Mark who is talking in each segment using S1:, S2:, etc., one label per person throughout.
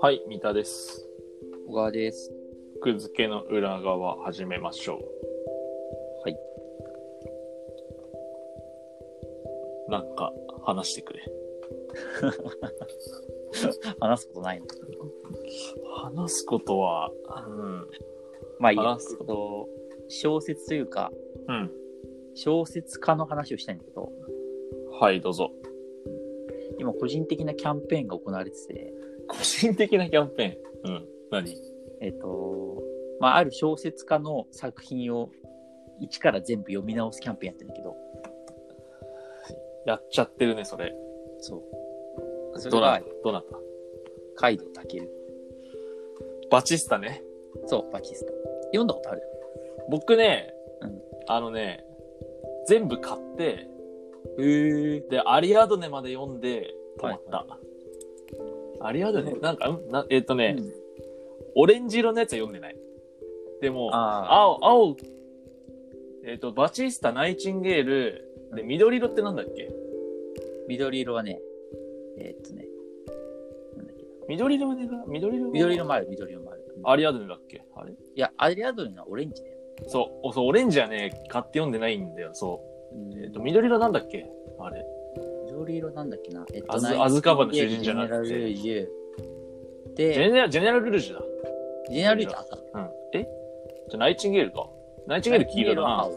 S1: はい、三田です。
S2: 小川です。
S1: く付けの裏側始めましょう。
S2: はい。
S1: なんか話してくれ。
S2: 話すことないの。
S1: 話すことは、うん。
S2: まあいいや
S1: 話す
S2: えっと、小説というか、
S1: うん。
S2: 小説家の話をしたいんだけど、
S1: はい、どうぞ。
S2: 今個人的なキャンペーンが行われてて、
S1: 個人的なキャンペーン。うん。何
S2: えっと、まあある小説家の作品を一から全部読み直すキャンペーンやってるんだけど、
S1: やっちゃってるね、それ。
S2: そう。それ
S1: どな
S2: は
S1: た、どなた
S2: カイドウタケル。
S1: バチスタね。
S2: そう、バチスタ。読んだことある
S1: 僕ね、
S2: うん
S1: あのね、全部買って、
S2: へえ。
S1: で、アリアドネまで読んで止まった。
S2: は
S1: アリアドネ、なんか、んなえっ、とね、
S2: うん
S1: オレンジ色のやつは読んでない。でも、
S2: ああ、
S1: 青、青、えっ、と、バチスタ、ナイチンゲール、で、
S2: うん
S1: 緑色ってなんだっけ
S2: 緑色はね、えっとね、なんだっけ
S1: 緑色はね、緑色は
S2: 緑色もある、緑色もある。
S1: アリアドネだっけあれ
S2: いや、アリアドルのはオレンジだよ。
S1: そうお、そう、オレンジはね、買って読んでないんだよ、そう。えっ、と、
S2: 緑
S1: 緑色なんだっけあれ。
S2: 緑色なんだっけな。えっ
S1: あず
S2: ナイ
S1: あずかばの囚人じゃなくて
S2: ジェネラルユー
S1: ジェネ
S2: で、
S1: ラジェネラルルージュだ。
S2: ジェネラルユーって赤。
S1: うん。えじゃあ、ナイチンゲールか。ナイチンゲール黄色だな。
S2: 青。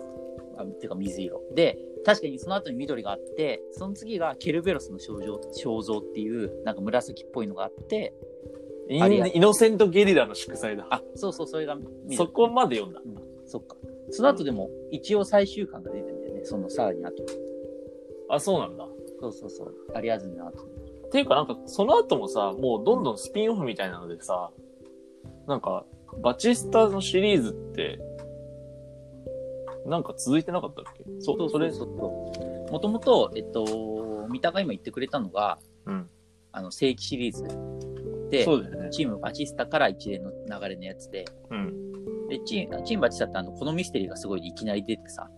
S2: あ、てか水色。で、確かにその後に緑があって、その次がケルベロスの肖像肖像っていう、なんか紫っぽいのがあって、
S1: イ
S2: アリア
S1: ン
S2: ド
S1: イノセントゲリラの祝祭だ。
S2: あ、そうそう、それが緑
S1: そこまで読んだ。
S2: そっか。その後でも、一応最終巻が出てんだよね、そのさらに後。
S1: あ、そうなんだ。
S2: そうそうそう、アリアズンの後。
S1: っていうかなんか、その後もさ、もうどんどんスピンオフみたいなのでさ、なんか、バチスタのシリーズって、なんか続いてなかったっけそ、それ、
S2: そうそう。もともと、えっと、三田が今言ってくれたのが、
S1: うん。
S2: あの、正規シリーズで、
S1: そうだよね。
S2: チームバチスタから一連の流れのやつで、
S1: うん。
S2: でチーチームバチスタってあの、このミステリーがすごいいきなり出てさ、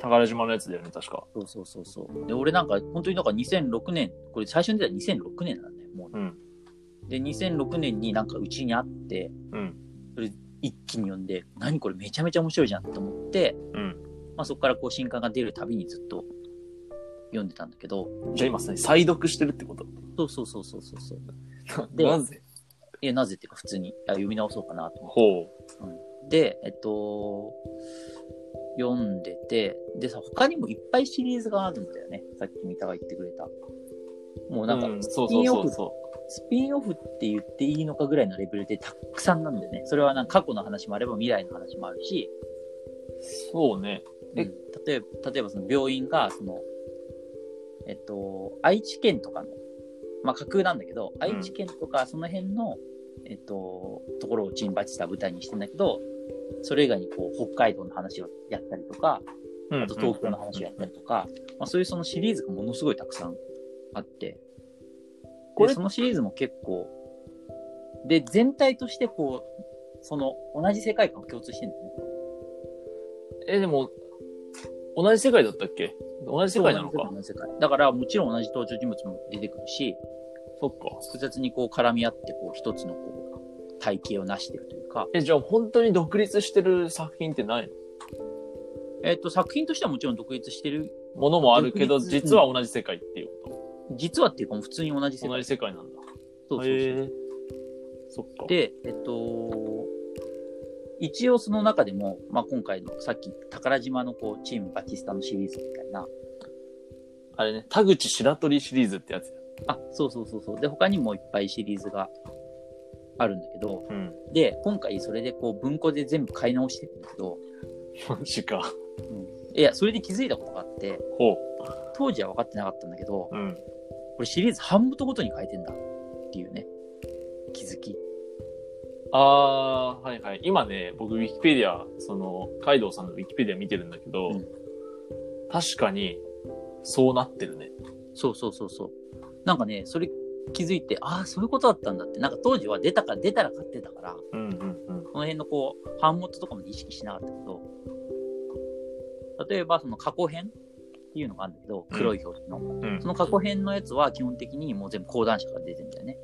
S1: 宝島のやつだよね、確か。
S2: そうそうそうそう。で、俺なんか、本当になんか2006年、これ最初に出た2006年なんだよ、もう。
S1: うん
S2: で、2006年になんかうちにあって、
S1: うん。
S2: 一気に読んで、何これめちゃめちゃ面白いじゃんと思って、
S1: うん。
S2: まあそこからこう新刊が出るたびにずっと読んでたんだけど、
S1: じゃあ今さ、再読してるってこと
S2: そうそうそうそうそうそう。で
S1: なぜ
S2: いや、なぜっていうか普通に、あ読み直そうかなと。
S1: ほう。
S2: で、えっと、読んでて、でさ、他にもいっぱいシリーズがあるんだよね。さっき三田が言ってくれた。もうなんか、
S1: うん
S2: ス
S1: そう
S2: ピ
S1: そう
S2: ン
S1: そ
S2: オフ
S1: う、そ
S2: スピンオフって言っていいのかぐらいのレベルでたくさんなんだよね。それはなんか過去の話もあれば未来の話もあるし、
S1: う。そうね。え
S2: うん例えば、例えばその病院が、その、えっと、愛知県とかの、まあ架空なんだけど、愛知県とかその辺の、えっと、ところをチンバチした舞台にしてんだけど、それ以外にこう、北海道の話をやったりとか、
S1: うん
S2: あと東京の話をやったりとか、まあ、そういうそのシリーズがものすごいたくさんあって、
S1: こ
S2: こ
S1: れ
S2: れそのシリーズも結構、で、全体としてこう、その同じ世界観を共通してるんだよね。
S1: え、でも、同じ世界だったっけ同じ世界なのか。
S2: 同じ世界だからもちろん同じ登場人物も出てくるし、
S1: そっか。
S2: 複雑にこう絡み合ってこう一つのこう体系を成してるというか、
S1: え、じゃあ本当に独立してる作品ってないの
S2: えっ、と作品としてはもちろん独立してる、
S1: ものもあるけど、
S2: 独立
S1: 実は同じ世界っていうこ
S2: 実はっていうかもう普通に同じ
S1: と。
S2: 世
S1: 同
S2: 界。
S1: じ世界なんだ。
S2: そうそうそう
S1: へえ。そっか。
S2: で、えっと、一応その中でも、まあ、今回のさっき宝島のこうチームバチスタのシリーズみたいな、
S1: あれね、田口白鳥シリーズってやつだ。
S2: あ、そうそうそうそう。で、他にもいっぱいシリーズがあるんだけど、
S1: うん。
S2: で、今回それでこう文庫で全部買い直してるんだけど、
S1: マジか。
S2: いや、それで気づいたことがあって、
S1: ほ
S2: 当時は分かってなかったんだけど、
S1: う。うん。
S2: これシリーズ版元ごとに変えてんだっていうね、気づき。
S1: あー、はいはい。今ね、僕、ウィキペディア、その、カイドウさんのウィキペディア見てるんだけど、
S2: うん
S1: 確かに、そうなってるね。
S2: そうそうそうそう。なんかね、それ気づいて、ああ、そういうことだったんだって、なんか当時は出たから出たら買ってたから、こ
S1: うんうん
S2: の辺のこう、版元とかも意識しなかったけど、例えばその過去編ってっていうのがあるんだけど、
S1: うん
S2: 黒い表示の。
S1: うん
S2: そ。の過去編のやつは基本的にもう全部講談社から出てるんだよね。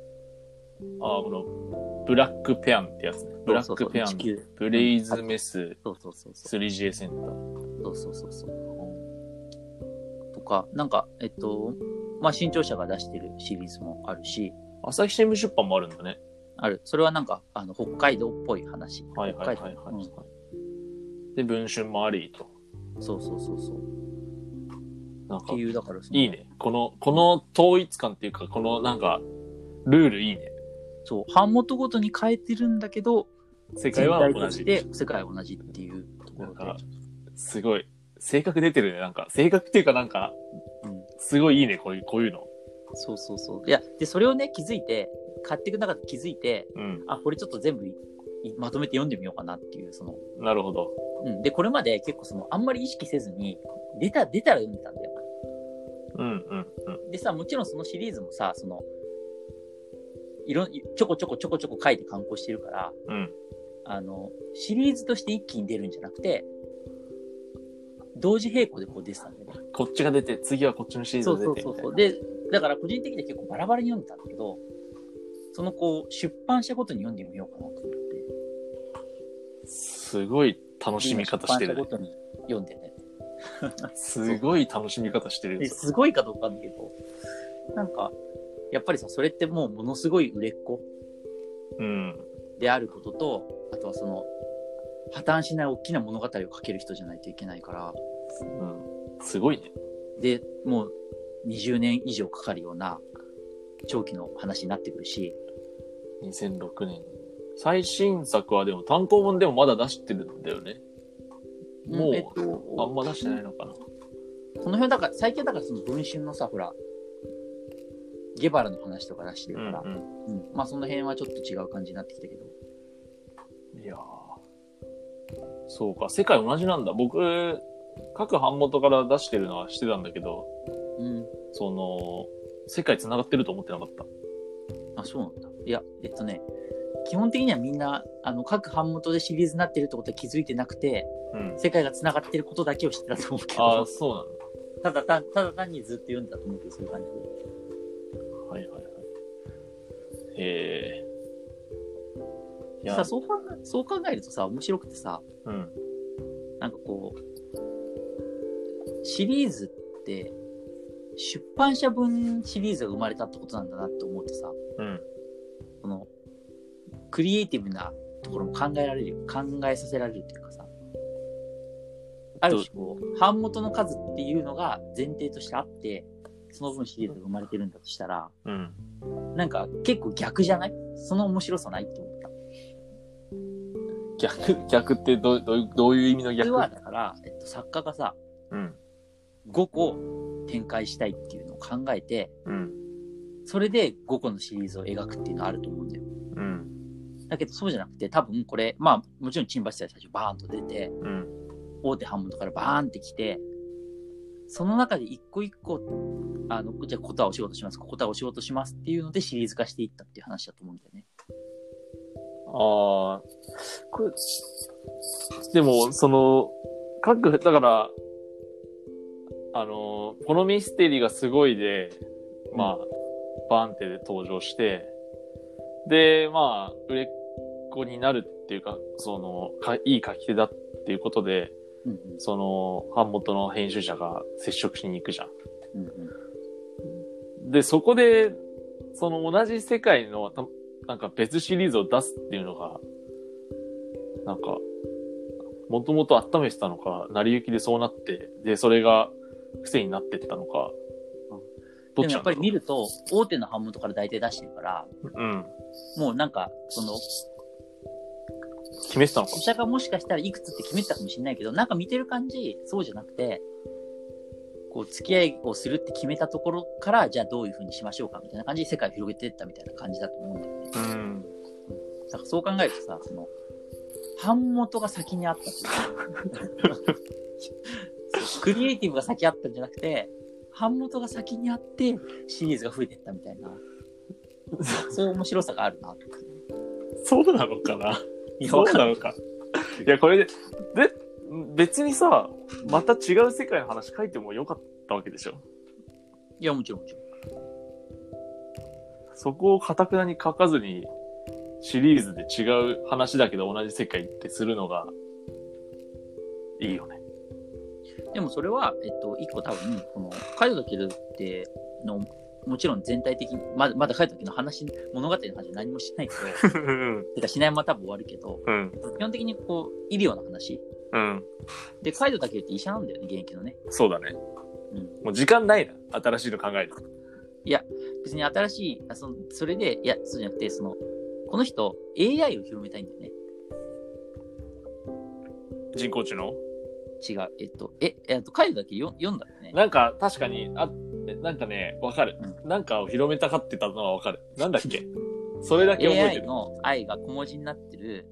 S1: ああ、この、ブラックペアンってやつね。ブラックペア
S2: そうそうそう地
S1: ン、
S2: 球
S1: ブレイズメス、
S2: そうそうそうそう。
S1: 3J センター。
S2: そうそうそうそう。とか、なんか、えっと、まあ、新潮社が出してるシリーズもあるし、
S1: 朝日新聞出版もあるんだね。
S2: ある。それはなんか、あの、北海道っぽい話。
S1: はいはいはい
S2: 北
S1: は
S2: 海道うん
S1: い。で、文春もありと。
S2: そうそうそうそう。っ
S1: なんか
S2: て、いう、だからその
S1: いいね。この、この統一感っていうか、このなんか、ルールいいね。
S2: そう、版元ごとに変えてるんだけど、
S1: 世界
S2: 全
S1: は
S2: 体
S1: 同
S2: と
S1: じ
S2: し。て世界は同じっていうとこ
S1: な
S2: ろ
S1: ん
S2: で。
S1: か、すごい。性格出てるね。なんか、性格っていうかなんか、
S2: うん
S1: すごいいいね。こういう、こういうの。
S2: そうそうそう。いや、で、それをね、気づいて、買っていく中で気づいて、
S1: うん。
S2: あ、これちょっと全部いいまとめて読んでみようかなっていう、その、
S1: なるほど。
S2: うん。で、これまで結構その、あんまり意識せずに、出た、出たら読んでたんだよ。
S1: うんうんうん。
S2: でさ、もちろんそのシリーズもさ、その、いろん、ちょこちょこちょこちょこ書いて刊行してるから、
S1: うん。
S2: あの、シリーズとして一気に出るんじゃなくて、同時並行でこう出てたんだよね。
S1: こっちが出て、次はこっちのシリーズ
S2: そう
S1: が
S2: そ
S1: 出て
S2: うそ
S1: み
S2: う
S1: たい
S2: そ
S1: な
S2: う。。で、だから個人的には結構バラバラに読んでたんだけど、そのこう、出版社ごとに読んでみようかなと思って。
S1: すごい楽しみ方してる
S2: 出版社ご
S1: ね。
S2: とに読んでね。
S1: すごい楽しみ方してる
S2: で
S1: よ。
S2: すごいかどうかだけど、なんか、やっぱりさ、それってもうものすごい売れっ子
S1: うん。
S2: であることと、あとはその、破綻しない大きな物語を書ける人じゃないといけないから、
S1: うん。すごいね。
S2: で、もう20年以上かかるような長期の話になってくるし、
S1: 2006年。最新作はでも単行本でもまだ出してるんだよね。もう
S2: えっと
S1: あんま出してないのかな。
S2: この辺だから、最近はだからその文春のさ、ほら、ゲバラの話とか出してるから、
S1: うん
S2: うんまあその辺はちょっと違う感じになってきたけど、
S1: うん。いやーそうか。世界同じなんだ。僕、各版元から出してるのはしてたんだけど、
S2: うん。
S1: その、世界繋がってると思ってなかった。
S2: あ、そうなんだ。いや、えっとね、基本的にはみんな、あの、各版元でシリーズになってるってことは気づいてなくて、
S1: うん。
S2: 世界が繋がってることだけを知ってたと思うけ
S1: あ
S2: ど
S1: あ、、そうなんだ。
S2: ただ単、ただ単にずっと読んでたと思うけど、そういう感じで。
S1: はいはいはい。へえ。い
S2: さそう考えそう考えるとさ面白くてさ
S1: うん。
S2: なんかこうシリーズって出版社分シリーズが生まれたってことなんだなって思うとさ
S1: うん。
S2: このクリエイティブなところも考えられるよ考えさせられるっていうかさある種こう版元の数っていうのが前提としてあってその分シリーズが生まれてるんだとしたら
S1: うん。
S2: なんか結構逆じゃないその面白さないって思った
S1: 逆、逆ってどうどういうどういう意味の
S2: それ
S1: 逆
S2: はだから、えっと、作家がさ
S1: うん。
S2: 5個展開したいっていうのを考えて、
S1: うん。
S2: それで5個のシリーズを描くっていうのはあると思うんだよ。
S1: うん。
S2: だけどそうじゃなくて、多分これ、まあもちろんチンバチは最初バーンと出て、
S1: うん。
S2: 大手版元からバーンって来て、その中で一個一個、あの、じゃあこことはお仕事します、こことはお仕事しますっていうのでシリーズ化していったっていう話だと思うんだよね。
S1: ああ。これ、でも、その、各、だから、あの、このミステリーがすごいで、まあ、バーンってで登場して、で、まあ、売れっ子になるっていうか、その、かいい書き手だっていうことで、
S2: うんうん。
S1: その、版元の編集者が接触しに行くじゃん。
S2: うんうん、
S1: で、そこで、その同じ世界の、たなんか別シリーズを出すっていうのが、なんか、もともと温めてたのか、成り行きでそうなって、で、それが癖になってったのか
S2: うん、
S1: どっ
S2: でも
S1: ち
S2: や
S1: な
S2: っ
S1: ん
S2: ぱ
S1: だ
S2: り
S1: ろ
S2: 見ると、大手の版元から大体出してるから、
S1: う。うん。
S2: もうなんか、その、
S1: 決めてたのか
S2: 記。者がもしかしたらいくつって決めてたかもしれないけど、なんか見てる感じ、そうじゃなくて、こう、付き合いをするって決めたところから、じゃあどういうふうにしましょうかみたいな感じで世界を広げていったみたいな感じだと思うんだよね。
S1: うん。
S2: だからそう考えるとさ、その、版元が先にあったっていう そうクリエイティブが先あったんじゃなくて、版元が先にあって、シリーズが増えていったみたいな、そういう面白さがあるなって。
S1: そうなのかない
S2: や
S1: そう
S2: わかん
S1: な
S2: ない
S1: のか。いや、これで、で、別にさ、また違う世界の話書いてもよかっったわけでしょ。
S2: いや、もちろん、もちろん。
S1: そこをかたくなに書かずに、シリーズで違う話だけど同じ世界ってするのが、いいよね。
S2: でもそれは、えっと、一個多分、この、カイトとキルっての、もちろん全体的に、まだ、まだカイトとキルの話、物語の話は何もしないけ ど、
S1: うん。
S2: てかしないまま多分終わるけど、
S1: うん。
S2: 基本的にこう、医療の話。
S1: うん。
S2: で、カイトとキルって医者なんだよね、現役のね。
S1: そうだね。
S2: うん
S1: もう時間ないな。新しいの考える。
S2: 別に新しい、あそのそれで、いや、そうじゃなくて、その、この人、AI を広めたいんだよね。
S1: 人工知能
S2: 違う。えっと、え、えっと、カイトだけよ読んだよね。
S1: なんか、確かに、あ、なんかね、わかる。なんかを広めたかってたのはわかる。なんだっけそれだけ覚えて
S2: AI
S1: る。
S2: の愛が小文字になってる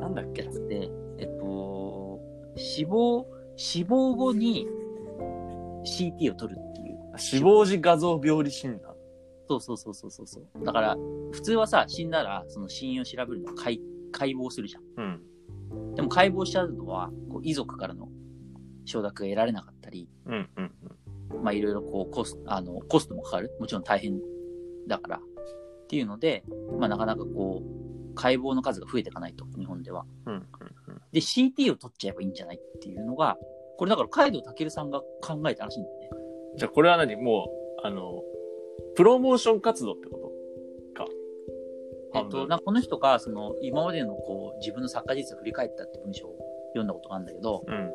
S1: なんだっけ
S2: やつで、えっと、死亡、死亡後に CT を取るっていう。
S1: 死亡時画像病理診断。
S2: そうそうそうそうそうそう。だから、普通はさ、死んだら、その死因を調べるのは解解剖するじゃ
S1: うん。
S2: ん。でも解剖しちゃうのは、こう遺族からの承諾が得られなかったり、
S1: うんうん
S2: まあいろいろこうコスあのコストもかかる。もちろん大変だから。っていうので、まあなかなかこう、解剖の数が増えていかないと、日本では。
S1: うん。うん
S2: で、CT を取っちゃえばいいんじゃないっていうのが、これだから、カイドウタケルさんが考えたらしいんだよね。
S1: じゃあこれは何もう、あの、プロモーション活動ってこ
S2: え
S1: 半
S2: っ
S1: 分
S2: と、なんかこの人が、その、今までのこう、自分の作家人生を振り返ったって文章を読んだことがあるんだけど、
S1: とうん。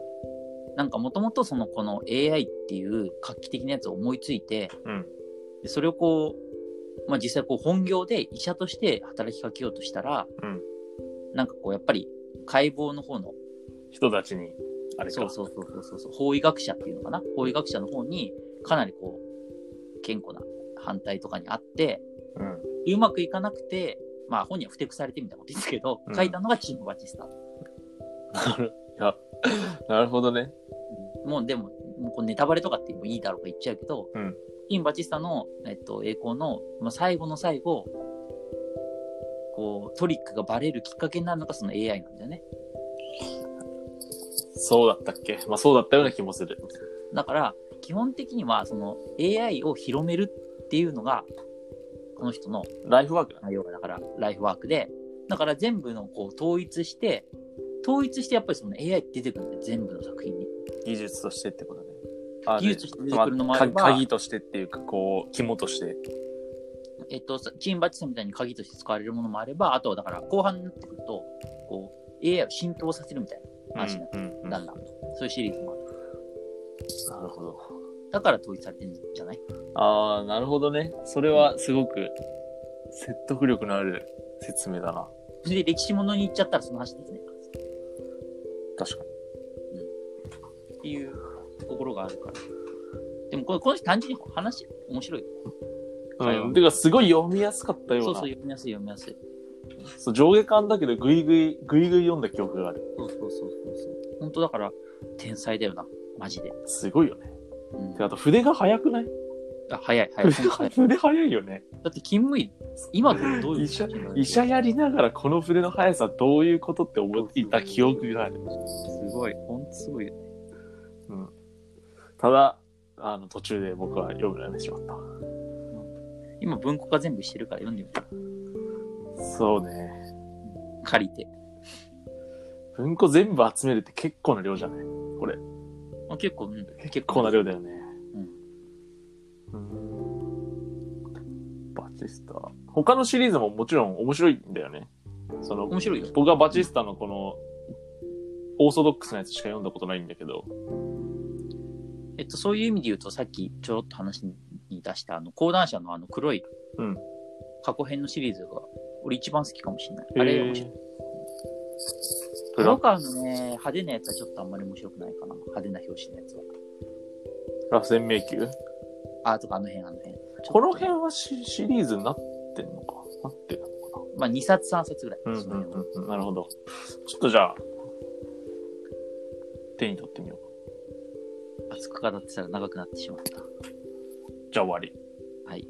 S2: なんかもともとその、この AI っていう画期的なやつを思いついて、
S1: うん。
S2: でそれをこう、まあ、実際こう、本業で医者として働きかけようとしたら、
S1: うん
S2: なんかこう、やっぱり、解剖の方の
S1: 人たちに、あれか。
S2: そうそうそうそうそう、法医学者っていうのかな、法医学者の方に、かなりこう、健康な反対とかにあって、
S1: うん。
S2: うまくいかなくて、まあ本人は不適されてみたいなことですけど、
S1: うん
S2: 書いたのがチームバチスタ。
S1: なる、いや、なるほどね。
S2: もうでも、もうこうネタバレとかってもいいだろうか言っちゃうけど、
S1: うん
S2: チームバチスタの、えっと、栄光の、まあ、最後の最後、こう、トリックがバレるきっかけになるのがその AI なんだよね。
S1: そうだったっけまあそうだったような気もする。
S2: だから、基本的にはその AI を広めるっていうのが、この人の
S1: ライフワークだ。
S2: まあ要はだからライフワークで、だから全部のこう統一して、統一してやっぱりその AI 出てくるんだよ、全部の作品に。
S1: 技術としてってことね。あ
S2: 技術として出てくるのもあれば
S1: まか鍵としてっていうか、こう、肝として。
S2: えっと、さチームバッチさんみたいに鍵として使われるものもあれば、あとはだから後半になってくると、こう、AI を浸透させるみたいな話になって、
S1: うんうん
S2: だんだん。そういうシリーズもある。
S1: なるほど。
S2: だから統一されてるんじゃない
S1: ああ、なるほどね。それはすごく説得力のある説明だな。
S2: それで歴史ものに行っちゃったらその話ですね。
S1: 確かに。
S2: っていうところがあるから。でもこれ、この人単純に話面白い。はい
S1: うん。てか、すごい読みやすかったよう
S2: そ
S1: な。
S2: うそう、読みやすい読みやすい。
S1: そう上下巻だけど、ぐいぐい、ぐいぐい読んだ記憶がある。
S2: そうそうそうそうそう。本当だから、天才だよな、マジで。
S1: すごいよね。
S2: うん
S1: てかあと、筆が早くない
S2: あ早い、 早い。
S1: 筆
S2: 早
S1: が
S2: い
S1: 筆早いよね。
S2: だって、勤務医、今どういう
S1: 医者医者やりながらこの筆の速さどういうことって思っていた記憶がある。
S2: すごい、ほんとすごいよね。
S1: ただ、あの、途中で僕は読むやめてしまった。
S2: 今、文庫化全部してるから読んでみた。
S1: そうね。
S2: 借りて。
S1: 文庫全部集めるって結構な量じゃない
S2: まあ、結構、うん、
S1: 結構な量だよね。うん。バチスタ。他のシリーズももちろん面白いんだよね。その、
S2: 面白いよ。
S1: 僕はバチスタのこの、オーソドックスなやつしか読んだことないんだけど。
S2: えっと、そういう意味で言うと、さっきちょろっと話に出した、あの、講談社のあの黒い
S1: うん。
S2: 過去編のシリーズが、俺一番好きかもしれない。あ
S1: あ
S2: れ面白い。黒
S1: ラ
S2: 川のね、派手なやつはちょっとあんまり面白くないかな。派手な表紙のやつは。
S1: 螺旋迷宮
S2: あ、とかあの辺、あの辺。ちょっと
S1: この辺はシシリーズになってんのかなってるのか
S2: まあ、2冊、3冊ぐらい。
S1: な
S2: その辺は
S1: うんうん。なるほど。ちょっとじゃあ、手に取ってみようか。
S2: 熱く語ってたら長くなってしまった。
S1: じゃあ終わり。
S2: はい。